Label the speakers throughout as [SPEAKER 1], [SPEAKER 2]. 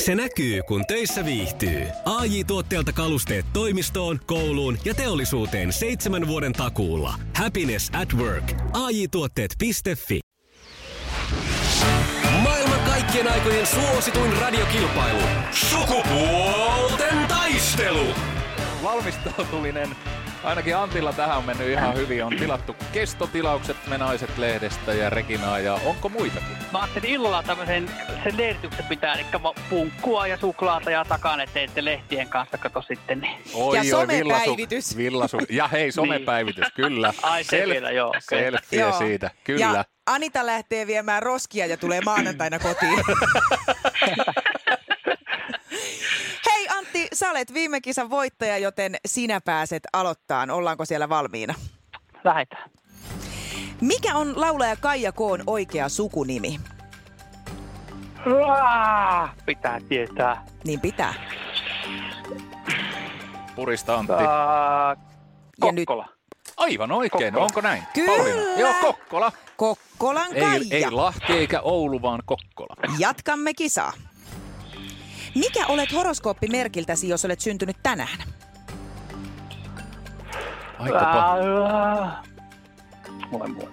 [SPEAKER 1] Se näkyy, kun töissä viihtyy. ai tuotteelta kalusteet toimistoon, kouluun ja teollisuuteen seitsemän vuoden takuulla. Happiness at work. ai tuotteetfi Maailman kaikkien aikojen suosituin radiokilpailu. Sukupuolten taistelu.
[SPEAKER 2] Valmistautuminen ainakin Antilla tähän on mennyt ihan hyvin. On tilattu kestotilaukset Me naiset lehdestä ja Reginaa ja onko muitakin?
[SPEAKER 3] Mä ajattelin illalla tämmöisen sen leirityksen pitää, eli mä punkkua ja suklaata ja takan eteen sitten lehtien kanssa, kato sitten. Niin.
[SPEAKER 2] Oi,
[SPEAKER 4] Ja
[SPEAKER 2] oi,
[SPEAKER 4] somepäivitys.
[SPEAKER 2] Villasu, villasu. Ja hei, somepäivitys, kyllä.
[SPEAKER 3] Niin. Ai se
[SPEAKER 2] Self-
[SPEAKER 3] vielä, joo, okei.
[SPEAKER 2] Selfie
[SPEAKER 4] Joo.
[SPEAKER 2] siitä, kyllä.
[SPEAKER 4] Ja Anita lähtee viemään roskia ja tulee maanantaina kotiin. Hei Antti, sä olet viime kisan voittaja, joten sinä pääset aloittaan. Ollaanko siellä valmiina?
[SPEAKER 3] Lähetään.
[SPEAKER 4] Mikä on laulaja Kaija Koon oikea sukunimi?
[SPEAKER 3] Raa! Pitää tietää.
[SPEAKER 4] Niin pitää.
[SPEAKER 2] Purista Antti.
[SPEAKER 3] Ää,
[SPEAKER 4] Ja nyt
[SPEAKER 3] Kokkola.
[SPEAKER 2] Aivan oikein,
[SPEAKER 3] Kokkola.
[SPEAKER 2] onko näin?
[SPEAKER 4] Kyllä.
[SPEAKER 2] Pauliina. Joo, Kokkola.
[SPEAKER 4] Kokkolan
[SPEAKER 2] Ei,
[SPEAKER 4] Kaija.
[SPEAKER 2] ei Lahti eikä Oulu, vaan Kokkola.
[SPEAKER 4] Jatkamme kisaa. Mikä olet horoskooppimerkiltäsi, jos olet syntynyt tänään?
[SPEAKER 2] Aika paha.
[SPEAKER 3] Ää, Moi, moi, moi.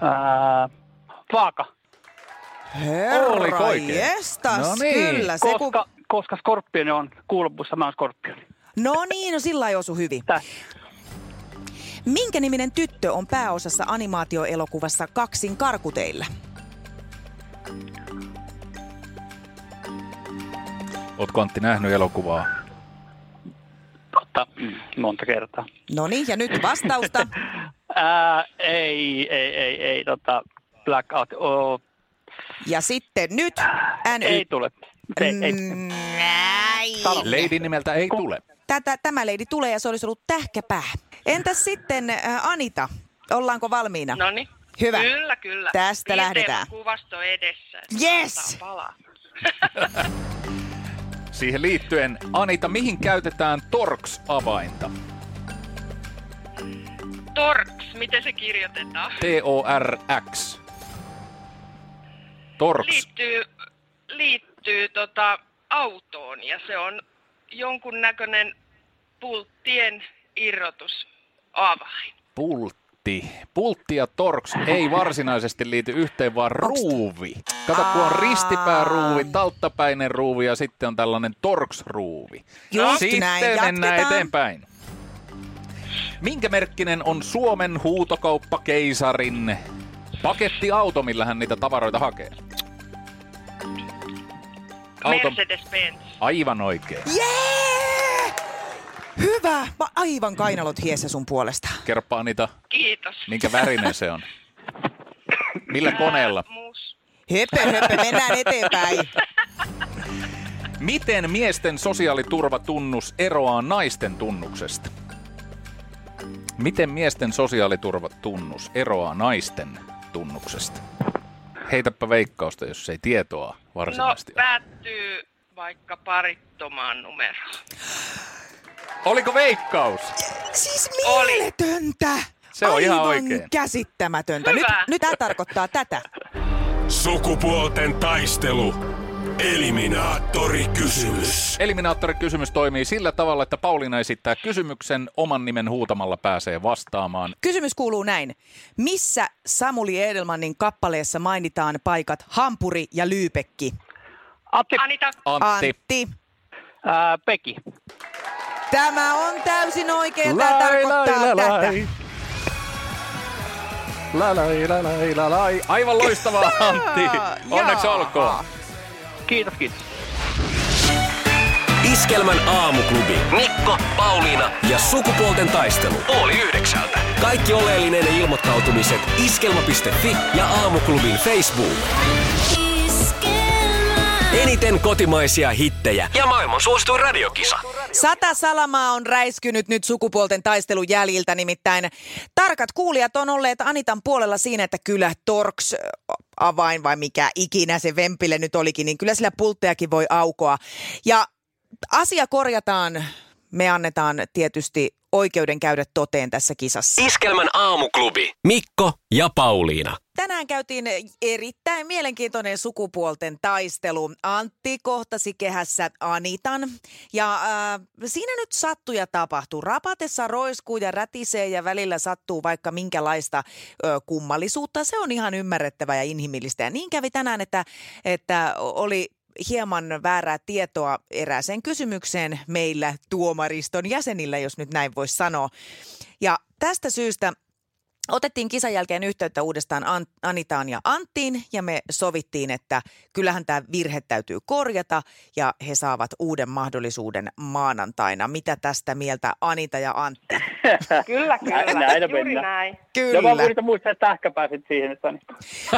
[SPEAKER 3] Ää, Vaaka.
[SPEAKER 2] Oliko oikein?
[SPEAKER 4] Herranjestas,
[SPEAKER 2] No niin.
[SPEAKER 4] kyllä. Se, kun...
[SPEAKER 3] Koska, koska skorpioni on kulpussa, mä oon skorpioni.
[SPEAKER 4] No niin, no sillä ei osu hyvin.
[SPEAKER 3] Tässä.
[SPEAKER 4] Minkä niminen tyttö on pääosassa animaatioelokuvassa Kaksin karkuteillä?
[SPEAKER 2] Ootko Antti nähnyt elokuvaa?
[SPEAKER 3] Totta, mm, monta kertaa.
[SPEAKER 4] No niin, ja nyt vastausta.
[SPEAKER 3] Ää, ei, ei, ei, ei, tota, blackout. Oh,
[SPEAKER 4] Ja sitten nyt NY.
[SPEAKER 3] ei tule. Ei, ei.
[SPEAKER 4] Mm. Näin.
[SPEAKER 3] Salo.
[SPEAKER 2] Lady nimeltä ei tule.
[SPEAKER 4] Tätä, tämä leidi tulee ja se olisi ollut tähkäpää. Entäs sitten äh, Anita? Ollaanko valmiina?
[SPEAKER 5] No niin.
[SPEAKER 4] Hyvä.
[SPEAKER 5] Kyllä, kyllä.
[SPEAKER 4] Tästä
[SPEAKER 5] Piirteillä
[SPEAKER 4] lähdetään.
[SPEAKER 5] kuvasto edessä.
[SPEAKER 4] Yes!
[SPEAKER 5] Antaa Palaa.
[SPEAKER 2] Siihen liittyen, Anita, mihin käytetään Torx-avainta?
[SPEAKER 5] Torks, miten se kirjoitetaan?
[SPEAKER 2] T-O-R-X. Torx.
[SPEAKER 5] Liittyy, liittyy tota autoon ja se on jonkun näköinen pulttien irrotusavain.
[SPEAKER 2] Pultti. Pultti ja Torx ei varsinaisesti liity yhteen, vaan ruuvi. Kato, kun on ristipääruuvi, talttapäinen ruuvi ja sitten on tällainen Torx-ruuvi.
[SPEAKER 4] Just
[SPEAKER 2] sitten
[SPEAKER 4] näin.
[SPEAKER 2] mennään
[SPEAKER 4] Jatketaan.
[SPEAKER 2] eteenpäin. Minkä merkkinen on Suomen huutokauppakeisarin pakettiauto, millä hän niitä tavaroita hakee? Auto.
[SPEAKER 5] Mercedes-Benz.
[SPEAKER 2] Aivan oikein.
[SPEAKER 4] Jee! Hyvä! Mä aivan kainalot hiessä sun puolesta.
[SPEAKER 2] Kerppaa niitä,
[SPEAKER 5] Kiitos.
[SPEAKER 2] minkä värinen se on. Millä koneella?
[SPEAKER 5] Ää, mus- no,
[SPEAKER 4] Höpö, höpö, mennään eteenpäin.
[SPEAKER 2] Miten miesten sosiaaliturvatunnus eroaa naisten tunnuksesta? Miten miesten sosiaaliturvatunnus eroaa naisten tunnuksesta? Heitäpä veikkausta, jos ei tietoa
[SPEAKER 5] No,
[SPEAKER 2] varsinaisesti ole.
[SPEAKER 5] päättyy vaikka parittomaan numeroon.
[SPEAKER 2] Oliko veikkaus?
[SPEAKER 4] Siis
[SPEAKER 5] Oli.
[SPEAKER 4] mieletöntä!
[SPEAKER 2] Se on
[SPEAKER 4] aivan
[SPEAKER 2] ihan oikein.
[SPEAKER 4] käsittämätöntä. Nyt,
[SPEAKER 5] Hyvä.
[SPEAKER 4] nyt tämä tarkoittaa tätä.
[SPEAKER 1] Sukupuolten taistelu. Eliminaattori kysymys.
[SPEAKER 2] Eliminaattorikysymys toimii sillä tavalla, että Pauliina esittää kysymyksen, oman nimen huutamalla pääsee vastaamaan.
[SPEAKER 4] Kysymys kuuluu näin. Missä Samuli Edelmannin kappaleessa mainitaan paikat Hampuri ja Lyypekki?
[SPEAKER 3] Atti,
[SPEAKER 5] Anita,
[SPEAKER 2] Antti.
[SPEAKER 4] Antti.
[SPEAKER 3] ää, Peki.
[SPEAKER 4] Tämä on täysin oikein. Tämä tarkoittaa
[SPEAKER 2] La,
[SPEAKER 4] tätä.
[SPEAKER 2] lai, la, lai, la, lai. Aivan loistavaa, Antti. Onneksi
[SPEAKER 4] Jaa.
[SPEAKER 2] olkoon.
[SPEAKER 3] Kiitos, kiitos.
[SPEAKER 1] Iskelmän aamuklubi. Mikko, Pauliina ja sukupuolten taistelu. Oli yhdeksältä. Kaikki oleellinen ilmoittautumiset iskelma.fi ja aamuklubin Facebook. Eniten kotimaisia hittejä ja maailman suosituin radiokisa.
[SPEAKER 4] Sata salamaa on räiskynyt nyt sukupuolten taistelun jäljiltä, nimittäin tarkat kuulijat on olleet Anitan puolella siinä, että kyllä Torx äh, avain vai mikä ikinä se vempile nyt olikin, niin kyllä sillä pulttejakin voi aukoa. Ja asia korjataan me annetaan tietysti oikeuden käydä toteen tässä kisassa.
[SPEAKER 1] Iskelmän aamuklubi. Mikko ja Pauliina.
[SPEAKER 4] Tänään käytiin erittäin mielenkiintoinen sukupuolten taistelu. Antti kohtasi kehässä Anitan ja äh, siinä nyt sattuu ja tapahtuu. Rapatessa roiskuu ja rätisee ja välillä sattuu vaikka minkälaista ö, kummallisuutta. Se on ihan ymmärrettävää ja inhimillistä. Ja niin kävi tänään, että, että oli hieman väärää tietoa erääseen kysymykseen meillä tuomariston jäsenillä, jos nyt näin voisi sanoa. Ja tästä syystä Otettiin kisan jälkeen yhteyttä uudestaan An- Anitaan ja Anttiin ja me sovittiin, että kyllähän tämä virhe täytyy korjata ja he saavat uuden mahdollisuuden maanantaina. Mitä tästä mieltä Anita ja Antti?
[SPEAKER 5] Kyllä, kyllä.
[SPEAKER 6] Näin on
[SPEAKER 5] Juuri
[SPEAKER 6] mennään.
[SPEAKER 5] näin.
[SPEAKER 6] Ja mä
[SPEAKER 4] Kyllä.
[SPEAKER 6] yritän muistaa, että ehkä pääsit siihen, että niin.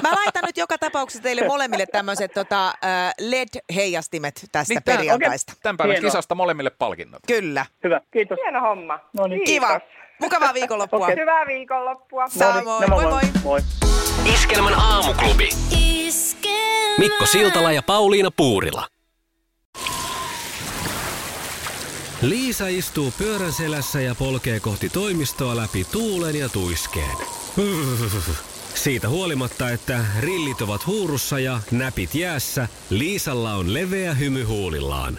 [SPEAKER 4] Mä laitan nyt joka tapauksessa teille molemmille tämmöiset tota, äh, LED-heijastimet tästä
[SPEAKER 2] Niin tää-
[SPEAKER 4] perjantaista.
[SPEAKER 2] Tämän päivän
[SPEAKER 6] Hienoa.
[SPEAKER 2] kisasta molemmille palkinnot.
[SPEAKER 4] Kyllä.
[SPEAKER 6] hyvä, kiitos.
[SPEAKER 5] Hieno homma.
[SPEAKER 6] No niin.
[SPEAKER 5] Kiitos.
[SPEAKER 4] Kiva. Mukavaa viikonloppua.
[SPEAKER 6] Okei.
[SPEAKER 5] Hyvää viikonloppua.
[SPEAKER 6] No niin,
[SPEAKER 4] Samoin.
[SPEAKER 6] no
[SPEAKER 4] Moi moi.
[SPEAKER 6] moi.
[SPEAKER 1] Iskelmän aamuklubi.
[SPEAKER 7] Iskelmä.
[SPEAKER 1] Mikko Siltala ja Pauliina Puurila. Liisa istuu pyörän selässä ja polkee kohti toimistoa läpi tuulen ja tuiskeen. Siitä huolimatta, että rillit ovat huurussa ja näpit jäässä, Liisalla on leveä hymy huulillaan.